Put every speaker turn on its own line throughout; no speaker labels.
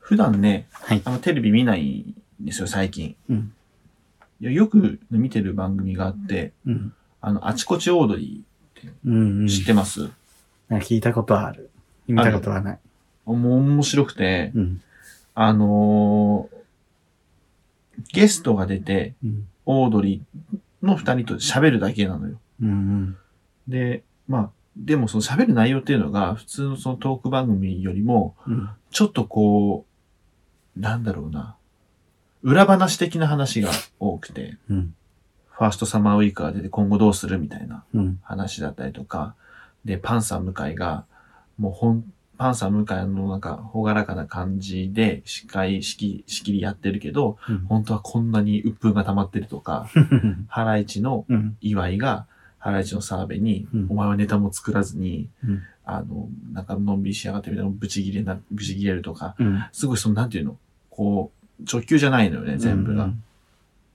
普段ね、
はい
あ。んまテレビ見ないんですよ、最近。
うん。
いやよく見てる番組があって、
うん。
あの、あちこちオードリ
うん、う
ー
ん。
知ってます、
なんか聞いたことはある。見たことはない。
もう面白くて、
うん。
あのーゲストが出て、
うん。
オードリーの二人と喋るだけなのよ。
うんうん。
で、まあ、でもその喋る内容っていうのが、普通のそのトーク番組よりも、
うん。
ちょっとこう、なんだろうな、裏話的な話が多くて、
うん。
ファーストサマーウイークが出て今後どうするみたいな
うん。
話だったりとか、で、パンサー向井が、もうほん、パンサー向井のなんか、ほがらかな感じで、司会、仕切仕切りやってるけど、
うん。
本当はこんなに鬱憤が溜まってるとか、ハライチの
うん。
岩井が、ハライチの澤部に、
うん
お前はネタも作らずに、
うん
あの、なんかのんびりしやがってみたいな、ぶち切れな、ぶち切れるとか、
うん。
すごいその、なんていうの、こう、直球じゃないのよね、全部が。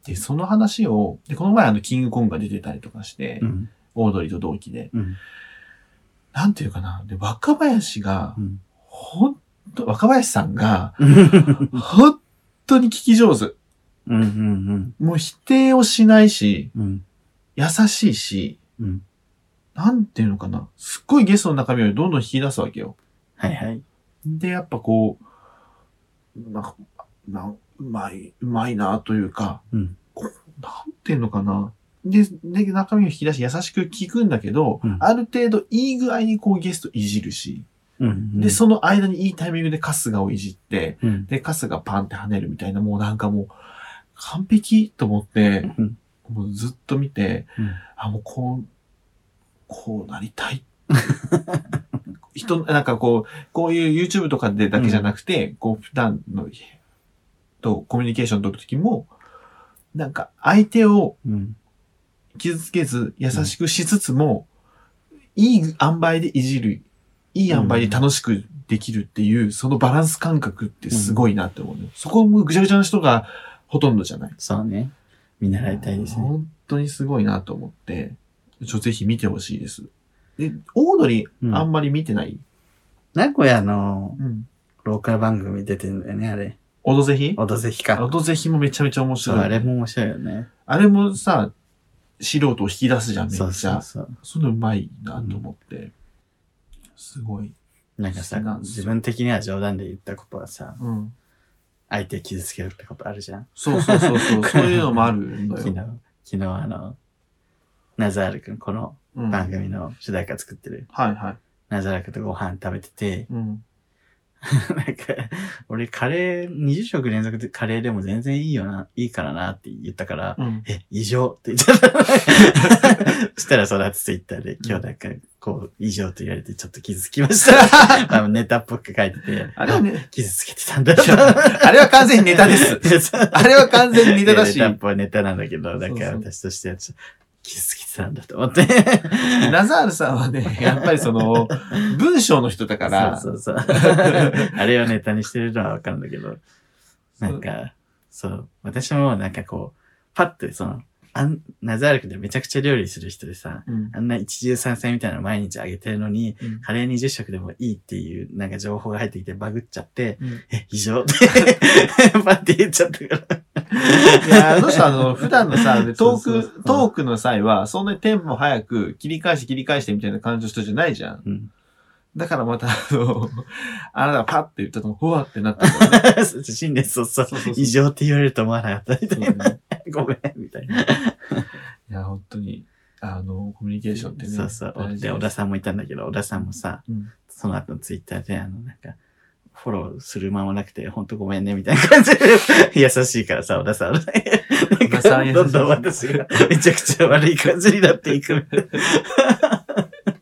で、その話を、で、この前あの、キングコングが出てたりとかして、
うん。
オードリーと同期で、
うん。
なんていうかな、で、若林が
う、ん。
ほんと、若林さんが、
うん。うん。
本当に聞き上手。
うん。
もう否定をしないし、
うん。
優しいし、
うん。
なんていうのかな、すっごいゲストの中身をどんどん引き出すわけよ。
はいはい。
で、やっぱこう、なんか、なんうまい、うまいなというか、
うん。
なんていうのかな。で、で、中身を引き出し優しく聞くんだけど、
うん
ある程度いい具合にこうゲストいじるし、
うん。
で、その間にいいタイミングで春日をいじって、
うん。
で、カスがパンって跳ねるみたいな、もうなんかもう、完璧と思って、
うん
もうずっと見て、
うん
あ、もうこう、こうなりたい。 人、なんかこう、こういう YouTube とかでだけじゃなくて、こう普段の、とコミュニケーション取るときも、なんか相手を
うん。
傷つけず優しくしつつも、いい塩梅でいじる、いい塩梅で楽しくできるっていう、そのバランス感覚ってすごいなって思う、ねそこもぐちゃぐちゃな人がほとんどじゃない。
そうね。見習いたいですね。
本当にすごいなと思って、ちょ、ぜひ見てほしいです。で、オードリー
うん
あんまり見てない、
名古屋の
うん、
ローカル番組出てんだよね、あれ。
オドぜひ
オドぜひ
オ
か。
ドぜひもめちゃめちゃ面
そう、
白い。
あれも面白いよね。
あれもさ、素人を引き出すじゃん、めっち
そ
ゃ。
うそうそう。
そのうまいなと思って。すごい。
なんかさ
そうな、んですよ
自分的には冗談で言ったことはさ、
うん。
相手傷つけるってことあるじゃん。
そうそうそうそう、そういうのもあるんだ
昨日
よ。、
昨日あの、ナザールくん、この
うん、は
番
い
組の主題歌作ってる、
は
ナザールくんとご飯食べてて、
い。うん。
なんか、俺カレー、20食連続でカレーでも全然いいよな、いいからなって言ったから、
うん。
え、異常って言っちゃった。そしたらその後ツイッターで、今日なんか、こう、異常と言われてちょっと傷つきま した。あのネタっぽく書いてて、
あれはね、
傷つけてたん だ
いやあれは完全にネタ です。 あれは完全にネタだし
いやネタっぽいネタなんだけど、な
そ
んか
うそう
私としてはちょっと傷つけてたんだと思って。
ナザールさんは ね、やっぱりその、文章の人だから、
そうそう そう。あれをネタにしてるのはわかるんだけど、
そう
なんか、そう、私もなんかこう、パッてその、あん、ナザール君ってめちゃくちゃ料理する人でさ、
うん
あんな一汁三菜みたいなの毎日あげてるのに、
うん
カレー20食でもいいっていうなんか情報が入ってきてバグっちゃって、
うん
え、異常って パッて言っちゃったから。
いや、あの人あの、普段の さ、ト
そう
ー
そうそう
ク、トークの際は、そんなにテンポ早く切り返して切り返してみたいな感じの人じゃないじゃん。
うん。
だからまた、あの、あなたがパッて言ったとも、ほわってなったんだよね。
新年早々、
そうそうそう
異常って言われると思わなかったみたい
そう
な。
ね
ごめん、みたいな。
いや、本当に、あの、コミュニケーションってね。
そうそう。
大事
で、小田さんもいたんだけど、小田さんもさ、
うん
その後のツイッターで、あの、なんか、フォローする間もなくて、ほんとごめんね、みたいな感じ で、優しいからさ、小田さん。なん
田さん優
か
しい
どんどん私が、めちゃくちゃ悪い感じになっていく。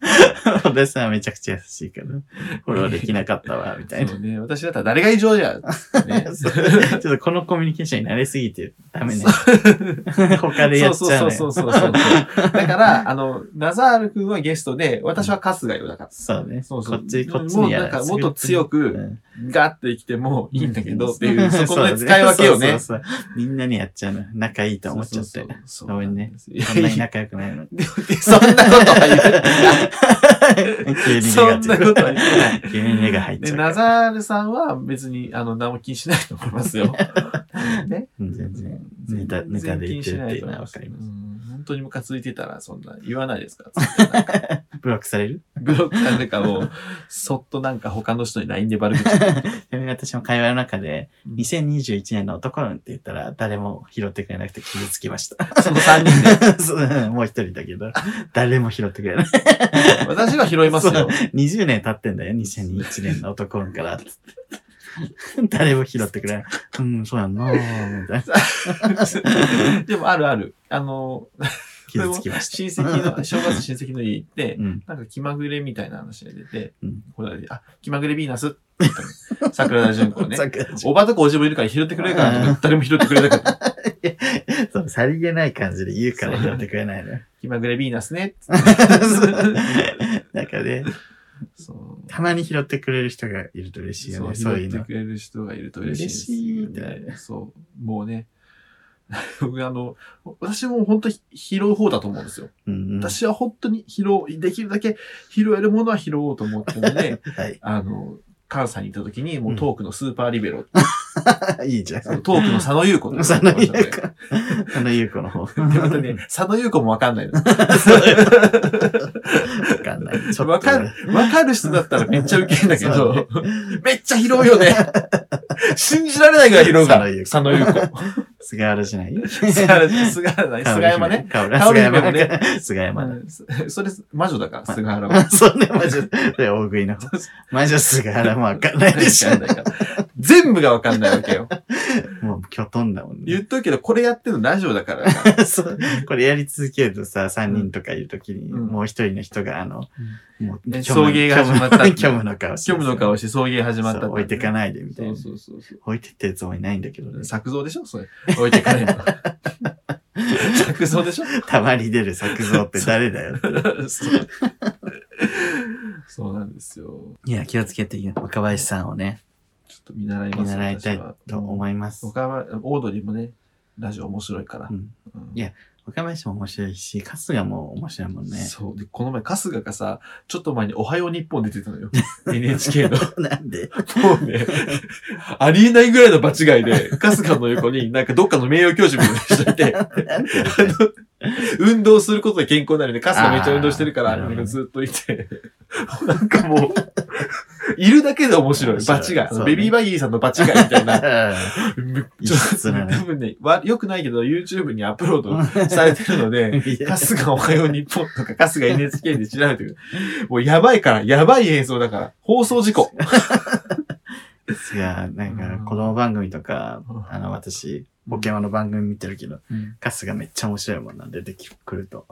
小田さんはめちゃくちゃ優しいから、フォローできなかったわ、みたい な
そ。うね。私だったら誰が異常じゃん。ね
そうちょっとこのコミュニケーションに慣れすぎてダメね。他でやっちゃうね。
そうそうそうそ うそう。だから、あの、ナザール君はゲストで、私は春日よ、だから。
そうね。
そうそう
こっち、こっち
もう
にや
なんか、もっと強く、
く
ガッてきてもいいんだけどって いう、そこの使い分けをね。
そうそうそうみんなにやっちゃうの。仲いいと思っちゃって。
そうそうそう
ごめんね。
いや
そんないに
や
仲良くないのに。
そんなことは言ってない
急に
そ
ネガ
ん
テ
なこ
ィ
とは言ってない。
ブ。急にネが入っ
で、
ちゃう
ナ
から。
ザールさんは別に、あの、何も気にしないと思います よ。ね。。
うん全然、ネタ、ネタで言ってるっていうのはわかりますす。
うん本当にムカついてたら、そんな言わないですから。
ブロックされる
ブロックさんとか もう、そっとなんか他の人に LINE でバル口。
でも私も会話の中で、2021年の男運って言ったら、誰も拾ってくれなくて傷つき ました。
その3人で。
そうもう一人だけど、誰も拾ってくれない。
私は拾います
そう
よ。
20年経ってんだよ、2001年の男運から。誰も拾ってくれない。うん、そうやんなーみ たいな。
でもあるある。あの、
傷つきました。
親戚の、正月親戚の家行って、
うん。
なんか気まぐれみたいな話が出て、
うん
これあ、気まぐれヴィーナスって言ったの桜田淳子ね
さ。っきの
おばとかおじもいるから拾ってくれるからとか言って誰も拾ってくれなか った。
そう、さりげない感じで言うから拾ってくれな いのよ。
気まぐれヴィーナスね。
なんかね、
そう。
たまに拾ってくれる人がいると嬉しいよね、そう
拾
い
っ
う
て
の。
くれる人がいると嬉しいですよね、
嬉しいって
そう。もうね。 僕あの、私も本当に拾う方だと思うんですよ。
うんうん、
私は本当に拾う、できるだけ拾えるものは拾おうと思ってるので、
はい。
あの、関西に行った時に、もうトークのスーパーリベロ、
いいじゃん。
あのトークの佐野優子とか
佐野優子。 佐野優子の方。
でまたね、佐野優子もわかんない の。
わかんない。ちょっと。
わかる、わかる人だったらめっちゃウケるんだけ
そ
ど、
うね
めっちゃ拾うよ ね。信じられないぐらい拾うから。佐
佐
野
野
優
優
子
子。菅原じゃない
菅原、菅原、菅山ね。。
菅
香織
山
姫もね
ね。菅山
う
ね。
んそそれ、魔女だから、菅原は。
あ そうね、マジで。それ大食いの。マジで菅原もわかんないでしょ
わか。んないから 全部がわかんないわけよ。
もう、きょとんだもんね
言。っとくけど、これやってるのラジオだ から。
そう。これやり続けるとさ、3人とかいるときに、
うん
もう一人の人が、あの、もう、
ね
虚無
送迎が始まったっていう
虚無の顔して。
虚無の顔して送迎始まった
そう置いてか
い。
ないで、みたい
そ
な
う。そうそうそう。
置いてってるつもりないんだけどね。
作造でしょそれ。置いてかない の。作造でしょ
たまに出る作像って誰だよって。
そうそうなんですよ。
いや、気をつけてよ、若林さんをね、
ちょっと見習います
見習いた
私
い
は
と思います。
他は、オードリーもね、ラジオ面白いから
う。ん
うん
いや若林も面白いし、春日も面白いもんね。
そう。で、この前、春日がさ、ちょっと前におはよう日本出てたのよ。NHK の。
な んで
もう ね、ありえないぐらいの場違いで、春日の横になんかどっかの名誉教授みたいな人いて、
なんで
運動することで健康になるんで、春日めっちゃ運動してるから、
あ
な
ー
んかずっといて、 なんかもう、いるだけで面白い。
面
場
白い
違い。
そうね
ベビーバギーさんの場違いみたいな。
異
ちょっ
質
と
なね
多分ね、わ良くないけど YouTube にアップロー ドされてるので、春日おはよう日本とか、春日 NHK で調べてくる。もうやばいから、やばい映像だから、放送事故。
ですが、なんか、子供番組とか
う、ん
あの、私、ポケモンの番組見てるけど、
うん
カスがめっちゃ面白いもんな、出てくると。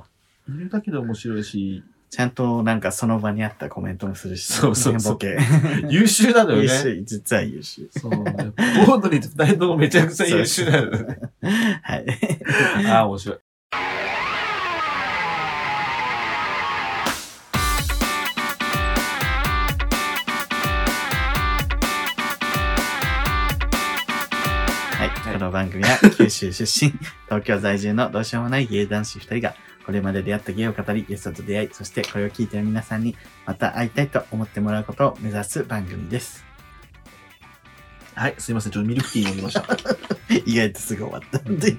いるだけで面白いし、
ちゃんと、なんか、その場にあったコメントもするし、
そうそうそう
ボケ。
優秀なのよ
優
ね。
秀、実は優秀。
そう。オードリーと二人ともめちゃくちゃ優秀なのよね。
はい。
ああ、面白い。
はいい。この番組は、九州出身、東京在住のどうしようもない芸男子二人が、これまで出会った芸を語り、ゲストと出会い、そしてこれを聞いている皆さんに、また会いたいと思ってもらうことを目指す番組です。
はい、すいません。ちょっとミルクティー飲んでました。
意外とすぐ終わったんで。
い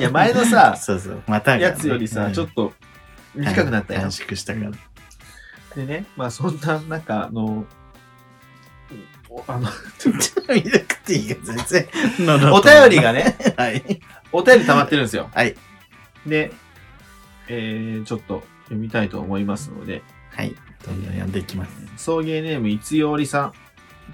や、前のさ、
そうそう。またがね、
やつよりさ、ちょっと
と
短くなったよ
短。縮したから。
でね、まあそんな、なんか、あの、おあの、
ミルクティーが全然 喉
お
通らない
便り。がね、
はい。
お便り溜まってるんですよ。
はい。
で、えー、ちょっと読みたいと思いますので、
はい。どんどん読んでいきます。
送迎ネーム、いつよりさん。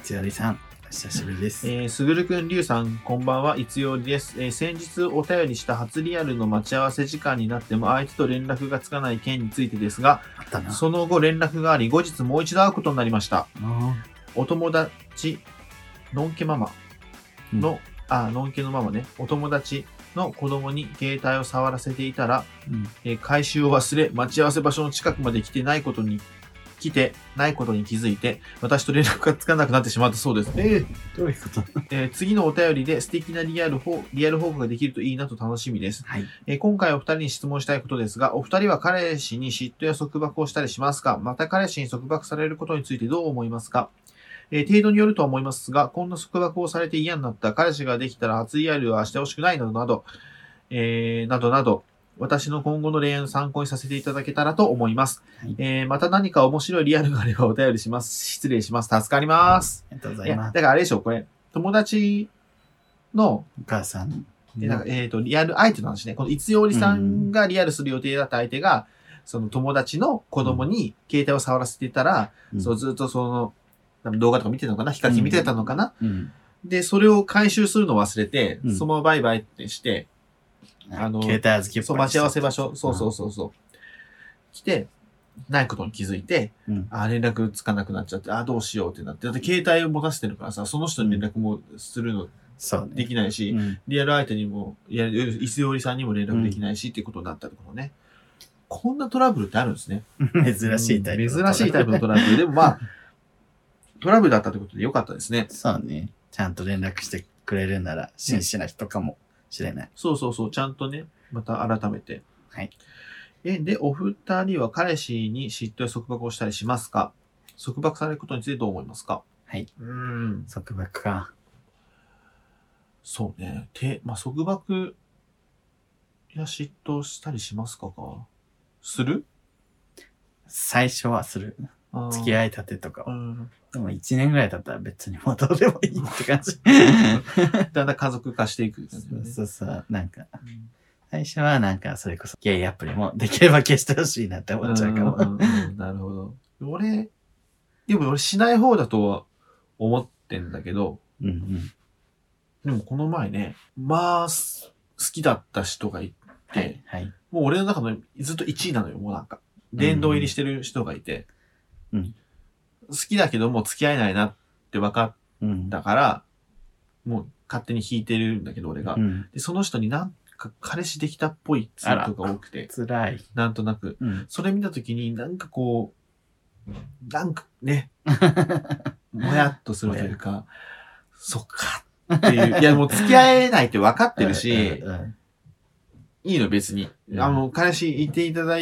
千鳥さん、お久しぶりです。
えー、すぐるくん、りゅうさん、こんばんは、いつよりです。えー、先日お便りした初リアルの待ち合わせ時間になっても、あいつと連絡がつかない件についてですが、
あったな。
その後連絡があり、後日もう一度会うことになりました。
あ
お友達、のんけママの、あ、のんけのママね、お友達の子供に携帯を触らせていたら、
ーうん
えー回収を忘れ、待ち合わせ場所の近くまで来てないことに来てないことに気づいて、私と連絡がつかなくなってしまったそうです。え
どういうこと
えー次のお便りで素敵なリアル報、リアル報告ができるといいなと楽しみです。
はい。
えー今回お二人に質問したいことですが、お二人は彼氏に嫉妬や束縛をしたりしますかまた彼氏に束縛されることについてどう思いますかえー程度によるとは思いますが、こんな束縛をされて嫌になった、彼氏ができたら初リアルはしてほしくないなどなど、えーなどなど、私の今後の恋愛の参考にさせていただけたらと思います。
はい
えーまた何か面白いリアルがあればお便りします。失礼します。助かります。
ありがとうござ
い
い
や、
ま
だ
す。
からあれでしょ、これ、友達の
お母さん。
で、なんか、えっ、と、リアル相手の話ね。この、いつよりさんがリアルする予定だった相手が、その友達の子供に携帯を触らせてたら、
うん
そう、ずっとその、多分動画とか見てたのかなヒカキン見てたのかな、
うん。
で、それを回収するのを忘れて、
うん
そのままバイバイってして、
あ
あ
の、
の
携帯預けっ
そ
ぱ
う、
な
待
し
ち合わせ場所、そうそうそうそう。来て、ないことに気づいて、
うん
あ連絡つかなくなっちゃって、あどうしようってなって、だって携帯を持たせてるからさ、その人に連絡もするの
そうね。
できないし、
うん
リアル相手にも、いや、いつよりさんにも連絡できないし、っていうことになったところね。こんなトラブルってあるんですね。
珍しいタイプ。
うん珍しい タイプのトラブル。でもまあ、トラブルだったってことでよかったですね。
そうね。ちゃんと連絡してくれるなら、真摯な人かもしれない。
そうそうそう、ちゃんとね、また改めて。
はい。
え、で、お二人は彼氏に嫉妬や束縛をしたりしますか束縛されることについてどう思いますか
はい。
うん。
束縛か。
そうね。て、まあ、束縛や嫉妬したりしますかか。する
最初はする。付き
い。
合いたてとか
う
は。
ん。
でも一年ぐらい経ったら別にもうどうでもいいって感 じ。
だんだん家族化していく感じだ
そ
よ
う
ね。
そうそう。なんか、最初はなんか、それこそゲイアプリもできれば消してほしいなって思っちゃうか
うん
も。
うんうんなるほど。俺、でも俺しない方だとは思ってんだけど、
うんうん。
でもこの前ね、まあ、す好きだった人がい
は
て
い。、はい。
もう俺の中のずっと1位なのよ、もうなんか。殿堂入りしてる人がいて、
うん
好きだけどもう付き合えないなって分か
うん。
ったから、もう勝手に引いてるんだけど、俺が。
うん。
で、その人になんか彼氏できたっぽいツイートが多くて、
辛い。
なんとなく。
うん。
それ見たときに、なんかこう、なんか ね、もやっとするというか、そっかっていう。いや、もう付き合えないって分かってるし
う、んうん
いいの別に
う。ん
あの、彼氏いていただ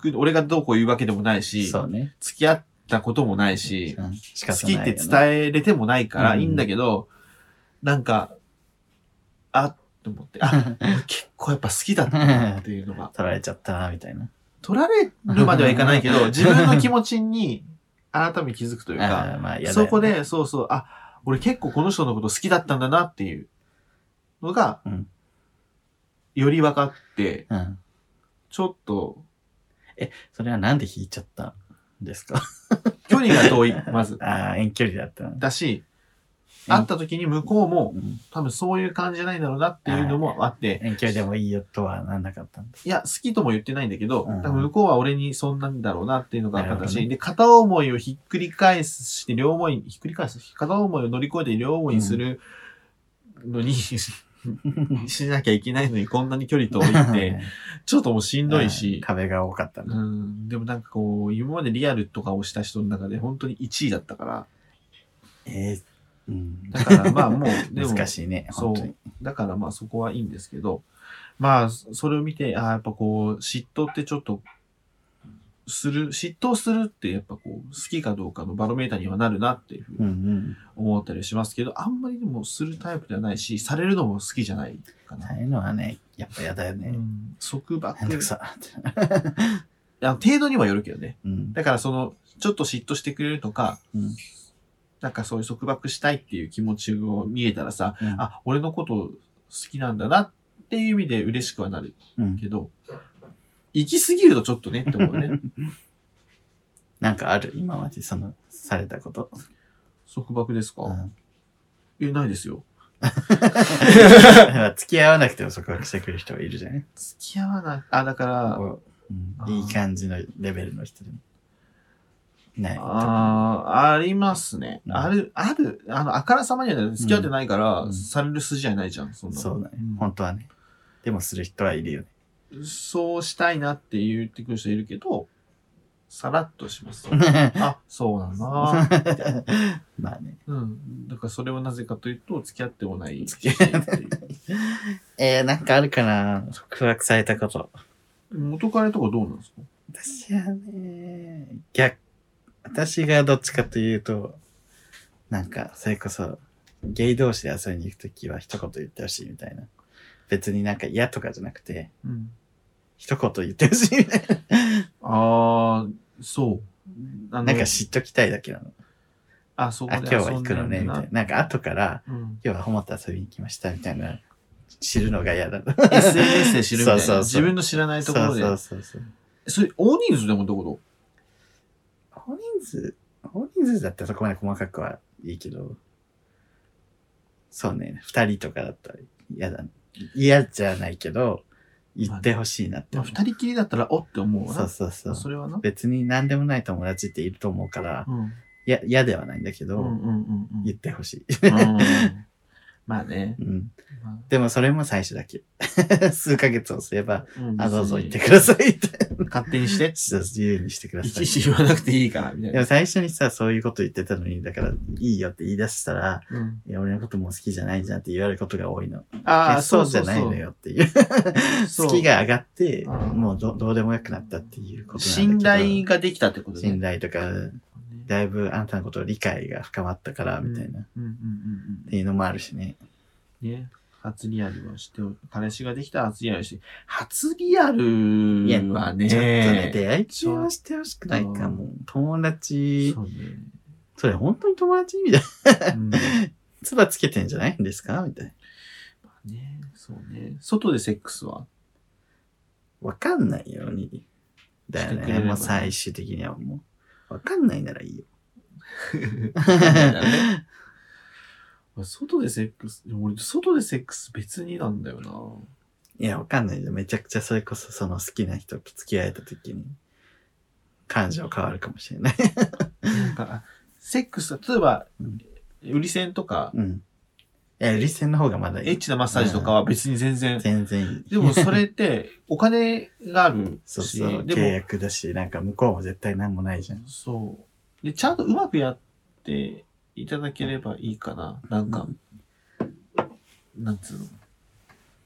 く、俺がどうこう言うわけでもないし、
そうね。
付き合ったこともないし、
うん仕
好
方
き
ない
っ
よ
て
ね
伝えれてもないから
うん
いいんだけど、なんか、あ、と思って、 あ、結構やっぱ好きだったなっていうのが。
取られちゃったな、みたいな。
取られるまではいかないけ ど、自分の気持ちに改めて気づくという
あ
か、
ーまあ、やだよね
そこ、で、そうそう、あ、俺結構この人のこと好きだったんだなっていうのが
うん、
より分かって、
うん。
ちょっと、
それはなんで引いちゃったんですか
距離が遠い、まず。
ああ、遠距離だったの。
だし、
うん
会った時に向こうも
うん
多分そういう感じじゃないんだろうなっていうのもあって、
遠距離でもいいよとはなんなかったんだ。
いや、好きとも言ってないんだけど、
うん
多分向こうは俺にそんなんだろうなっていうのが分かったし、
なるほどね
で、片思いをひっくり返して、両思い、ひっくり返す、片思いを乗り越えて両思いにするの に、しなきゃいけないのにこんなに距離遠いっ て、ちょっともうしんどい
うん
し、
壁が多かった
う
な。
ん、でもなんかこう、今までリアルとかをした人の中で本当に1位だったから、
えーうん
だからまあも う、でも、
難しいね、
そう
本当に。
だからまあそこはいいんですけど、まあそそれを見て、ああ、やっぱこう嫉妬ってちょっと、する、嫉妬するってやっぱこう好きかどうかのバロメーターにはなるなっていうふう
うん
に
うん。
思ったりしますけど、あんまりでもするタイプではないし、されるのも好きじゃないかな。
ああいうのはね、やっぱやだよ
う
ね。
ん、束
めんど
縛。
くさっ
あ
て。
の程度にはよるけどね。
うん。
だからその、ちょっと嫉妬してくれるとか、
うん
なんかそういう束縛したいっていう気持ちを見えたらさ、
うん
あ、俺のこと好きなんだなっていう意味で嬉しくはなる。
うん
けど、行き過ぎるとちょっとねって思う ね。
なんかある今までその、されたこと。
束縛ですか、
うん
え、ないですよ。
だから付き合わなくても束縛してくる人はいるじゃない
付き合わない。あ、だから、
こううん
あー
いい感じのレベルの人でも。ない。
あーありますね。
うん
ある、ある。あの、あからさまにはね付き合ってないから、
うん
される筋合いないじゃん、そんなの。
そうだね
ん。
本当はね。でもする人はいるよね。
そうしたいなって言ってくる人いるけど、さらっとします。
ま
あ、そうだ な。
あね。
うん。だからそれはなぜかというと、付き合ってもない。
付き合ってえー、なんかあるかな告白されたこと。
元彼とかどうなんですか
私はね、逆、私がどっちかというと、なんか、それこそ、ゲイ同士で遊びに行くときは一言言ってほしいみたいな。別になんか嫌とかじゃなくて、
うん。
一言言ってほしいみたい
ああ、そう。あ
な。
の
なんか知っときたいだけなの。
あ、そこ
あ、
で
今日は行くのね、みたいな。なんか後から、
な。 うん。
今日はホモと遊びに来ました、みたいな。知るのが嫌だ。
SNS で知るみたいな。
そうそうそう
自分の知らないとこ
そ
ろ
う
で。
そうそうそう。
それ、大人数でもってこ
大人数、大人数だったらそこまで細かくはいいけど、そうね、二人とかだったら嫌だ。嫌じゃないけど、言ってほしいなっ
と
て
まあ
思う、
二人きりだったら、おって思うわな。
そうそうそう。
それはな。
別に何でもない友達っていると思うから
う、ん。
いや嫌ではないんだけ
う
ど、
んうんうんうん。
言ってほし
うんまあね
い、。うん。
ま
でもそれも最初だけ。 数ヶ月をすれば、
あうん
あ、どうぞ言って
別
くださいって。
に勝手にして。
そう自由にしてくだ
い
さ
ち
い。
いち言わなくていいから、みたい
でも
な。
最初にさ、そういうこと言ってたのに、だから、いいよって言い出したら、
うん
いや、俺のこともう好きじゃないじゃんって言われることが多いの。
あ
え
あ、
そうじゃないのよっていう。
そう
好きが上がって、
うん
もうどどうでもよくなったっていうことなん
信
だけど。
頼ができたってことね。
信頼とか、だいぶあなたのことを理解が深まったから、みたいな、っ
うんうんうん
ていうのもあるしね。
うん。ね。初リアルをしておる、彼氏ができたら初リアルをして、初リアル
い
は
やちょっとね、
ね、
出会い中はしてほしくないかも。友達
そ、うね。
それ本当に友達みたいな。
うん
つばつけてんじゃないんですかみたいな。
ねそうね。外でセックス は
わかんないように。だよ
してくれれ
ね。
ば
もう最終的にはもう。わかんないならいいよ。
外でセックス、でも俺、外でセックス別になんだよな。
いや、わかんないよ。めちゃくちゃそれこそその好きな人と付き合えた時に、感情変わるかもし れない。
なんか、セックス、例えば
うん、
売り線とか、
うん。いや、理性の方がまだい
エッ
い。
チなマッサージとかは別に全然、
全然いい。
でもそれって、お金があるし、
そうそう。
で
契
も、
約だし、なんか向こうも絶対何もないじゃん。
そう。で、ちゃんとうまくやっていただければいいかな。なんか、なんつうの。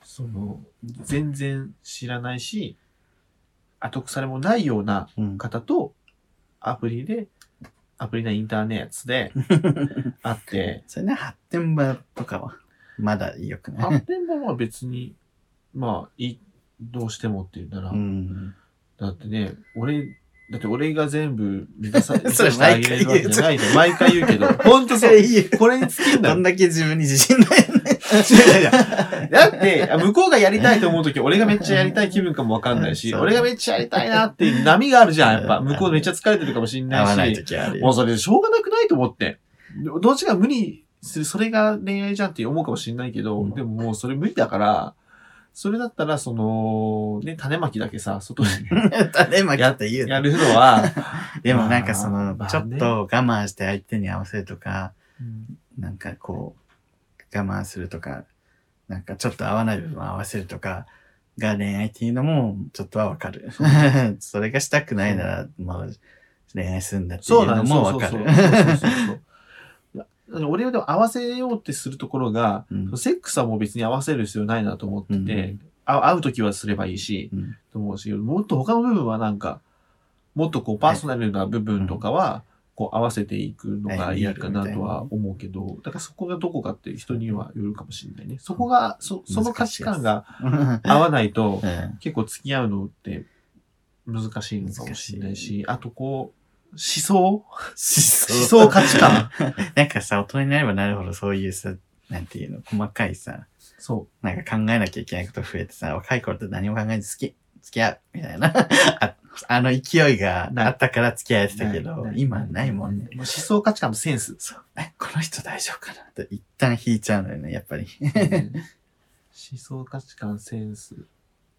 その、全然知らないし、後腐れもないような
うん。
方と、アプリで、アプリのインターネット で会って、
それね、発展場とかは、まだ良くない。
発展もまあ別に、まあ、いい、どうしてもって言うなら、
うん。
だってね、俺、だって俺が全部満たさ、満た
それ
してあげれるわけじゃ ないじゃん。毎回言うけど、ほんと
そ
そう
れ。いいよ。
これに尽きんだ
どん
よ。
だけ自分に自信ないよね。
いやいやだって、向こうがやりたいと思うとき、俺がめっちゃやりたい気分かもわかんないし、
そう
俺がめっちゃやりたいなっていう波があるじゃん、やっぱ。
うん
向こうめっちゃ疲れてるかもしん
合わ
な
ないい
し。
時ある
もう
よ。
それしょうがなくないと思って。どっちが無理する、それが恋愛じゃんって思うかもしんないけど、
うん
でももうそれ無理だから、それだったら、その、ね、種まきだけさ、外 で
種まきって言うの
やるのは、
でもなんかその、
まあ
ちょっと我慢して相手に合わせるとか、なんかこう、我慢するとか、なんかちょっと合わない部分を合わせるとかが恋愛っていうのもちょっとはわかる。 それがしたくないなら、まあ、恋愛するんだってい
そう
う
な
の
ん
もわかる。
俺はでも合わせようってするところが、
うん
セックスはもう別に合わせる必要ないなと思ってて、
うん
あ会うときはすればいいし、
うん
と思うし、もっと他の部分はなんか、もっとこうパーソナルな部分とかは、こう合わせていくのがいいかなとは思うけど、だからそこがどこかっていう人にはよるかもしれないね。そこが、そその価値観が合わないと、
うん
結構付き合うのって難しいのかもしれないし、
難
あとこう、思 想
思
思想価値観。
なんかさ、大人になればなるほどそういうさ、なんていうの、細かいさ、
そ
なんか考えなきゃいけないこと増えてさ、若い頃って何も考えず好き、付き合う、みたいな。 ああの勢いがあったから付き合えてたけど
な、い
今はないも
う。
んね。。
思想価値観とセンス
そう。え、この人大丈夫かなって一旦引いちゃうのよね、やっぱり。
うん思想価値観、センス。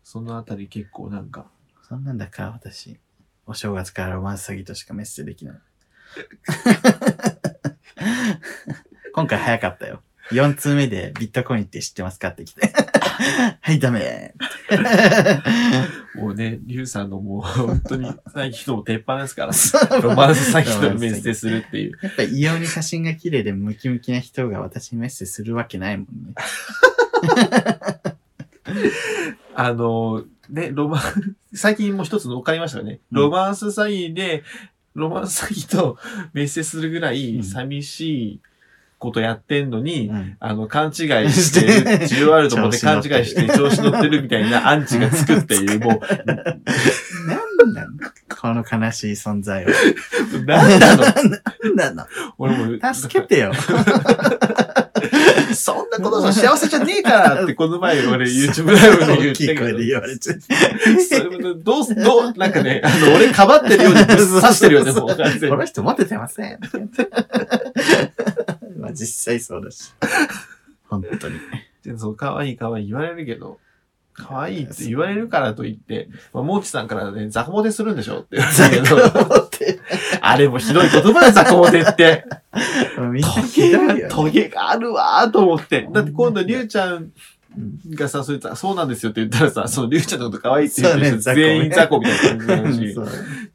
そのあたり結構なんか、
そんなんだから私、お正月からロマンス詐欺としかメッセージできない。 今回早かったよ。4通目 でビットコインって知ってますかって来て。はい、ダメ。
もうね、リュウさんのもう、本当に最近のも鉄板ですから、 ロ
ロ
マンス詐欺と面接するっていう。
やっぱ異様に写真が綺麗でムキムキな人が私にメッセージするわけないもんね。
あの、ね、ロマン、最近もう一つ乗っかりましたよね。ロマンス詐欺で、ロマンス詐欺とメッセするぐら
うん
い寂しいことやってんのに、
うん
あの、勘違いしてる、需要あると思って
調子乗
勘違い
ってる
して調子乗ってるみたいなアンチがつくっていう、 も
なんなのこの悲しい存在は。
う、なんなの
なんな
俺も、
の助けてよ。
そんなことさ、幸せじゃねえからって、この前俺 YouTube ライブで言
大
っ
きい
て
声で言われちゃう。
どうす、どう、なんかね、あの、俺かばってるようにぶっ刺してるよね、もう完全
こ
に
の人モテてません。 まあ実際そうだし。本当に。
でそう、かわいいかわいい言われるけど、かわいいって言われるからといって、まあ、もうちさんからね、雑魚モテするんでしょって言わ
ザ
れるけど、
コって。
あれもひどい言葉で雑魚モテって。
みんな
ト
ひ
ゲ
どいよ
が、
ね
トゲがあるわーと思って。だって今度、りゅうちゃん
うん
がさ、そう言ったら、そうなんですよって言ったらさ、そのりゅうちゃんのこと可愛いって言ってる人
そうね
全員雑魚みたいな感じになるし
そ。う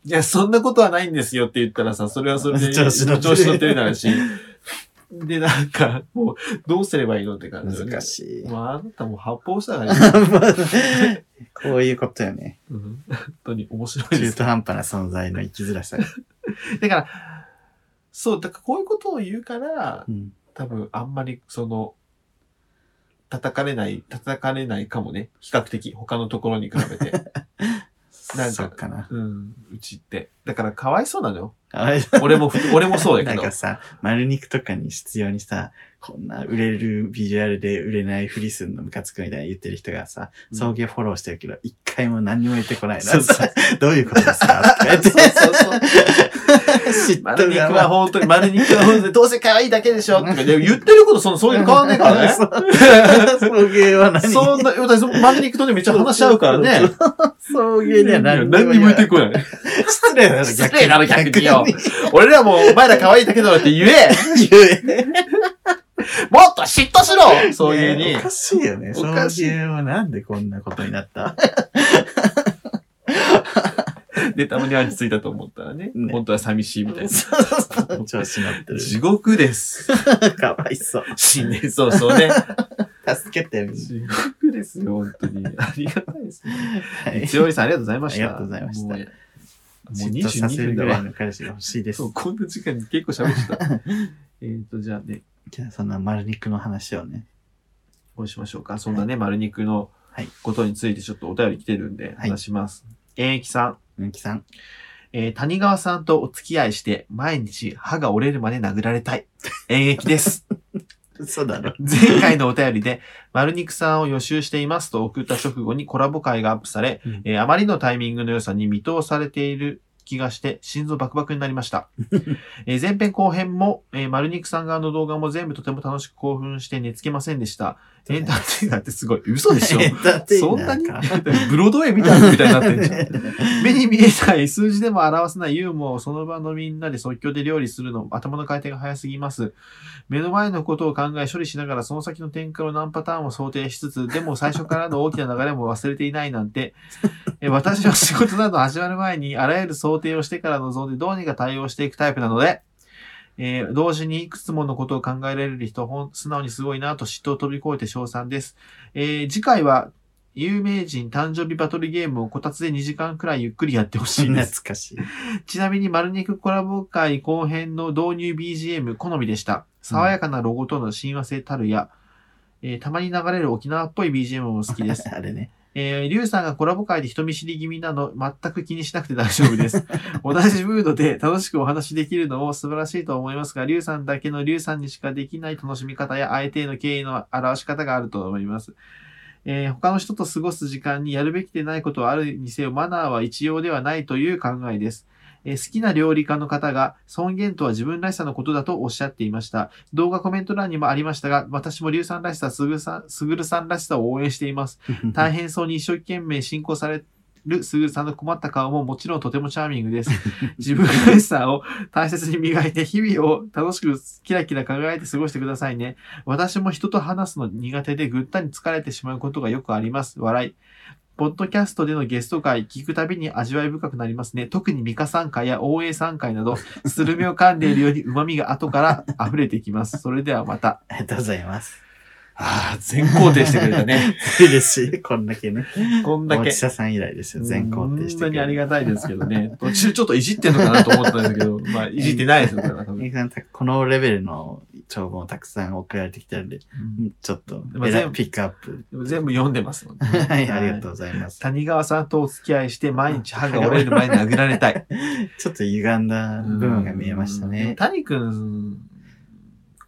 いや、そんなことはないんですよって言ったらさ、それはそれで
調子乗って
調
る
子乗ってるなるし。で、なんか、もう、どうすればいいのって感じだよね。
難しい。
まあ、あなたもう発砲したからいい。
こういうことよね。
うん本当に面白いで
中
す。
途半端な存在の生きづらさ。
だから、そう、だからこういうことを言うから
う、ん
多分あんまりその、叩かれない、叩かれないかもね。比較的、他のところに比べ て。なんか
そうかな。
うん、うちって。だからかわいそうなのよ。
かわいそ
俺もふ、俺もそう
う
だ
な
け
ん
ど
か。さ、丸肉とかに必要にさ、こんな売れるビジュアルで売れないふりすんのムカつくみたいな言ってる人がさ、
うん
送迎フォローしてるけど、一回も何にも言ってこない
そ
な。
うそう
どういうことですかとか言って。
そうそうそう。
嫉
丸
妬
肉
が
は本当に、丸肉は本当に、どうせ可愛いだけでしょとか、でも言ってることその、 そういうの変わんないからね。
そう送迎は何
そんな、私、丸肉とね、めっちゃ話し合うからね。。
送迎には何
何にも言ってこない。
失礼だ ろ、
失礼だろ逆によ俺らも、お前ら可愛いだけだろって言え
言え。
もっと嫉妬しろそういう
ね
に
お。かしいよね。
お
送
かしい
迎はなんでこんなことにな った
で、たまにアンチついたと思ったらね。
ね
本当は寂しいみたい
調子乗って
な。
る。
地獄です。
かわいそう。
死ね、そうそうね。
助けて。
地獄ですよ、本当に。ありがたいですね。
はい
強いさん、ありがとうございました。
ありがとうございました
もうもう
嫉妬させ
22
る
分
ぐ
だ
らい
わ。
の彼氏が欲しい です
そ。う、こんな時間に結構喋って た。えっと、じゃあね、
じゃあ、そんな丸肉の話をね。
こうしましょうか。そんなね、丸肉の
はい
ことについてちょっとお便り来てるんで、
はい
話します。現役さん。
うんきさん。
えー谷川さんとお付き合いして、毎日歯が折れるまで殴られた い。演役です。
嘘だろ。
前回のお便りで、丸肉さんを予習していますと送った直後にコラボ会がアップされ、
うん
えーあまりのタイミングの良さに見通されている気がして、心臓バクバクになりま した。えー前編後編も、えー丸肉さん側の動画も全部とても楽しく興奮して寝つけませんでした。エンターテイナーってすごい。嘘で しょそんなに ブロードウェイみたいなみたいになってんじゃん。 目に見えない数字でも表せないユーモアをその場のみんなで即興で料理するの、頭の回転が早すぎます。目の前のことを考え処理しながらその先の展開を何パターンも想定しつつ、でも最初からの大きな流れも忘れていないなんて、え私は仕事など始まる前にあらゆる想定をしてから臨んでどうにか対応していくタイプなので、えー同時にいくつものことを考えられる人、ほん素直にすごいなと嫉妬を飛び越えて称賛です。えー次回は有名人誕生日バトルゲームをこたつで2時間くらいゆっくりやってほしいで
懐
す。
かしい。
ちなみに、丸肉コラボ会後編の導入 BGM 好みでした。爽やかなロゴとの親和性たるや、えーたまに流れる沖縄っぽい BGM も好きです。
あれね。
えー、リュウさんがコラボ会で人見知り気味なの、全く気にしなくて大丈夫です。同じムードで楽しくお話しできるのも素晴らしいと思いますが、リュウさんだけのリュウさんにしかできない楽しみ方や相手への敬意の表し方があると思います。えー他の人と過ごす時間にやるべきでないことはあるにせよ、マナーは一様ではないという考えです。えー好きな料理家の方が、尊厳とは自分らしさのことだとおっしゃっていました。動画コメント欄にもありましたが、私もリュウさんらしさ、すぐさん、すぐるさんらしさを応援しています。大変そうに一生懸命進行されるすぐるさんの困った顔ももちろんとてもチャーミング です。自分らしさを大切に磨いて日々を楽しくキラキラ輝いて過ごしてくださいね。私も人と話すの苦手でぐったり疲れてしまうことがよくあります。笑い。ポッドキャストでのゲスト会聞くたびに味わい深くなりますね。特にミカさん会や OA さん会など、スルメを噛んでいるように旨味が後から溢れてきます。それではまた。
ありがとうございます。
ああ、全肯定してくれた ね。
嬉しい。こんだけね。
こんだ
大
け
地。田さん以来ですよ。全肯定し
本
て
当にあり
が
がたいですけどね。 途中ちょっといじってんのかなと思ったんですけど、 まあ、いじってないですよ、これは多分。
さん、このレベルの長文をたくさん送られてきたので、ちょっと
まあ全部
ピックアッ プ。
でも全部読んでますので。
はい、ありがとうございます。
谷川さんとお付き合いして、毎日歯が折れる前に殴られた い。
ちょっと歪んだ部分が見えました
うんでも
ね。
谷くん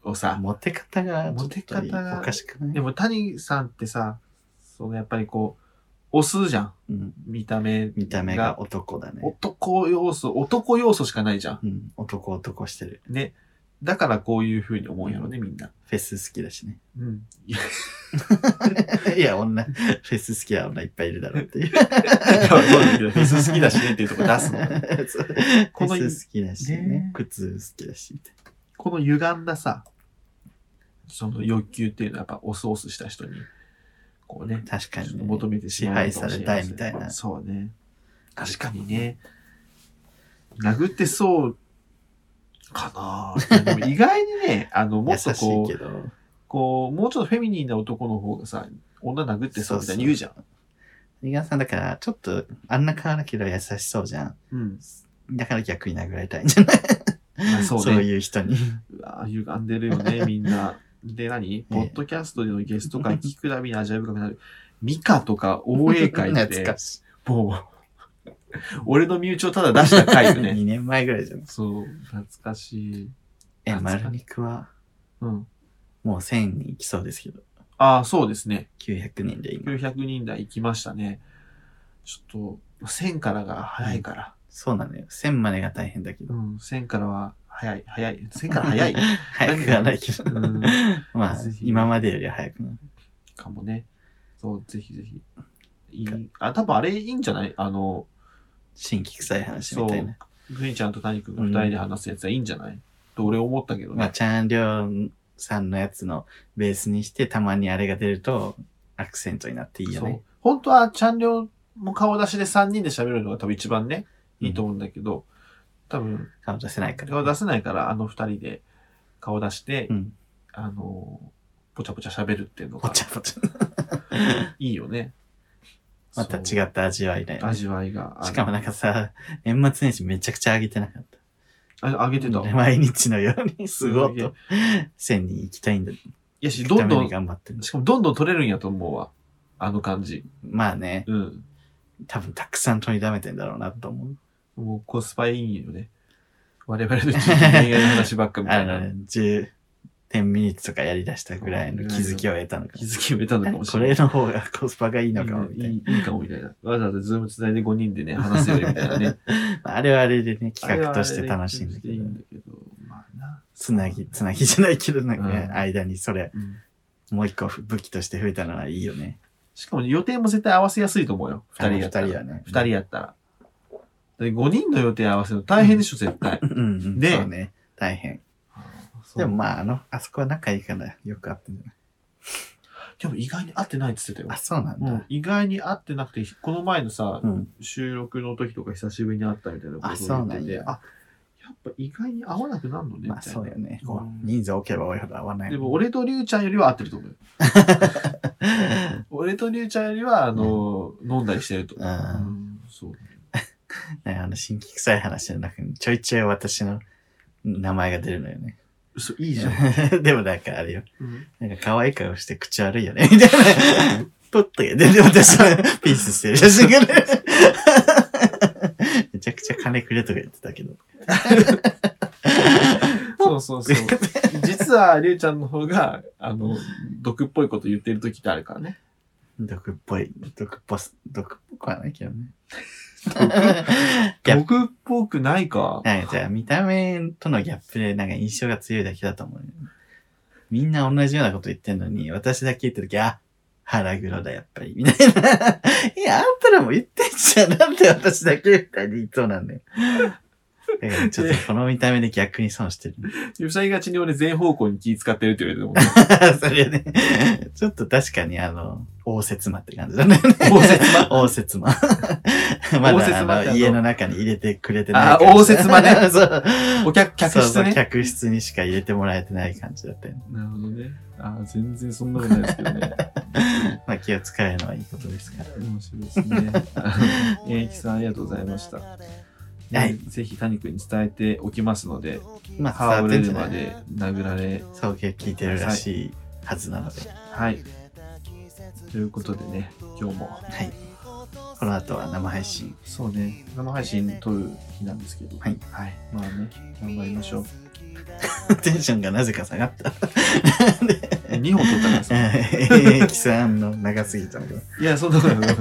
をさ、
モテ方が、
モテ方が
おかしくな
で
い
も谷さんってさ、そのやっぱりこう、押すじゃん。
うん
見た目。
見た目が男だね。
男要素、男要素しかないじゃん。
うん、男男してる。
ね。だからこういう風に思うんやろね、みんな。
フェス好きだしね。
うん。
いや、女、フェス好きは女いっぱいいるだろうっていう。
いやそうだけどフェス好きだしねっていうとこ出す の
そう
この
フェス好きだし
ね
ね。靴好きだしみたい
この歪んださ、その欲求っていうのはやっぱオスオスした人に、こうね、
な。確か
ちょ
に
っと
ね。
求めてしまうのかもしれません
支配されたいみたいな
そうね。確かにね。殴ってそうかな。でも意外に ね、あの、も
優
っ
し
と
い
こ
け
う、
ど。
こう、もうちょっとフェミニンな男の方がさ、女殴ってそうみたいに言うじゃん。
そうそう。伊賀さんだから、ちょっと、あんな顔だけど優しそうじゃん。
うん。
だから逆に殴られたいんじゃない
まあそうね。
そういう人に。
うわー歪んでるよね、みんな。で、何ポッドキャストでのゲスト会聞くたびに味わい深くなる。ミカとか OA 会っ
懐
て
か、しい。
もう、俺の身内をただ出した回よ ね。
2年前ぐらいじゃん。
そう、懐かしい。
え、
懐かしい
丸肉は、
うん。
もう1000人いきそうですけど、
ああ、そうですね。
900人で今。
900人台行きましたね。ちょっと、1000からが早いから。
そうなのよ。1000までが大変だけ
う
ど。
ん、1000からは早い、早い。1000から早い。
早くはないけど
う。ん、
まあ
ぜ、ひ
今までより早くなる。
かもね。そう、ぜひぜひ。いいあ、多分あれいいんじゃないあの、
新規臭い話みたいな。
ふにちゃんと谷くんが二人で話すやつはいいんじゃない、と俺思ったけど
まあ、
ね。
チャンリョンさんのやつのベースにして、たまにあれが出ると、アクセントになっていいよ
そう
ね。。
本当は、ちゃんりょうも顔出しで3人で喋るのが多分一番ね、いいと思うんだけど、多分、
顔出せないから。
顔出せないから、あの二人で顔出して、
うん。
あのー、ぽちゃぽちゃ喋るっていうの
ぽ
が
ちゃぽちゃ。
いいよね。
また違った味わいだ
そう
よ、ね。
味わいがある。
しかもなんかさ、年末年始めちゃくちゃ上げてなかった。
あ、あげてた。
毎日のように、すごい
すげえ
と。千人行きたいんだ。
やし、
ど
ど
ん
んど
どん
ん、
頑張ってる。
しかもどんどん取れるんやと思うわ。あの感じ。
まあね、
うん。
多分たくさん取りだめてんだろうなと思う。
もうコスパいいよね。我々の人間の話ばっかみた
あ
いな
の。、10、10ミニッツとかやり出したぐらいの気づきを得たのか
気。づきを得たのかもし
こ
れな
れ
い。
の方がコスパがいいのかも、み
い
たい
いいいかもみたいな。わざわざズームつないで5人でね、話せよりみたいな ね。
な。あれはあれでね、企画として楽しいんだけ
あれはあ
ど
れでいい、んだけど。まあな。
つなぎ、つなぎじゃないけど、なんかね
うん
間にそれ、
うん
もう一個武器として増えたのはいいよね。
しかも予定も絶対合わせやすいと思うよ。2人やった
あ
ら。
の
2
二人はね。
人やったら。で5人の予定合わせるの大変でしょ、絶対。
うんうん、
で
そうね。大変。
そう
でもまあ、あの、あそこは仲いいからよく会ってんじゃない
でも意外に合ってないって言ってた
あ、
よ。
そうなん
うん
だ。
意外に合ってなくて、この前のさ
う、ん。
収録の時とか久しぶりに会ったみたいなことを
あそうな
言っ
んや
てて、あ、やっぱ意外に合わなくなるのね、み
まあ
たい
そう
な
よ。ね。こ
うん
う人数多ければ多いほど合わない。
でも、俺とりゅうちゃんよりは合ってると思うよ。俺とりゅうちゃんよりは、あの、飲んだりしてると。
うん
んそう。
ね、あの、新規臭い話の中にちょいちょい私の名前が出るの よね。
嘘、いいじゃん。
でもなんかあれよ。
うん
なんか可愛い顔して口悪いよね。みたいな。撮ったよね。で、私 はピースしてる写真がね。めちゃくちゃ金くれとか言ってたけど。
そうそうそう。実は、りゅうちゃんの方が、あの、毒っぽいこと言ってる時ってあるからね。
毒っぽい。毒っぽす、毒っぽくはないけどね。ギャップ
毒っぽくないか。
なんかじゃあ見た目とのギャップでなんか印象が強いだけだと思うよね。みんな同じようなこと言ってんのに、私だけ言った時、あ、腹黒だ、やっぱり。みたいな。 いや、あんたらも言ってんじゃん。なんで私だけみたいに言いそうなんだよ。だからちょっとこの見た目で逆に損してる。
塞ぎがちに俺全方向に気使ってるって言われても、
それね、ちょっと確かにあの、応接間って感じだね。
応接間
応接間。 ま
応接間
だ
っ
あ
てあ
の
の
家の中に入れてくれてない
あ
感じ
応接間ね
そう。
お客、客
そう
室
そう
ね。
客室にしか入れてもらえてない感じだったよね。
なるほどね。ああ、全然そんなことないですけどね。
まあ気を使えるのはいいことですから。
面白いです ね。現役さんありがとうございました。
はい。
ぜひ谷君に伝えておきますので、
まあ
歯
伝わ
折
っ
れ
てんじ
る
ゃな
ま
い
で殴られ、
送迎聞いてるらしいはずなので。
はい。ということでね、今日も。
はい。この後は生配信。
そうね、生配信撮る日なんですけど。
はい。
はい。まあね、頑張りましょう。
テンションがなぜか下がった。
2本撮ったからさ。
えー、キさんの長すぎたので。
いや、そんなことない。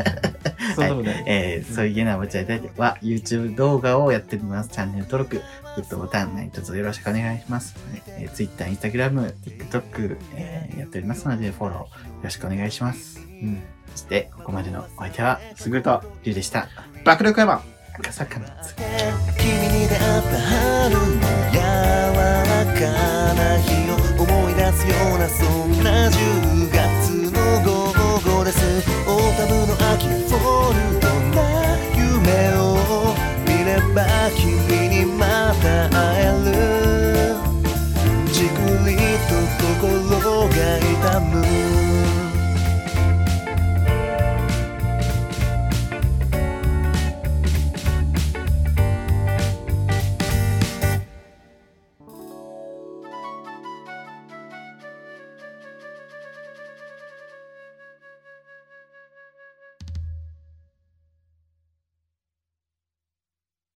そんなこと ない。
えー、そういうゲなおちゃいたいでは、YouTube 動画をやってます。チャンネル登録、グッドボタン、何卒よろしくお願いします。えー、Twitter、Instagram、TikTok、えーやっておりますので、フォローよろしくお願いします。
うん。
そして、ここまでのお相手は、
優れた
リュウでした。
爆力山
赤坂の月
君に出会った春の柔らかな日を思い出すようなそんな10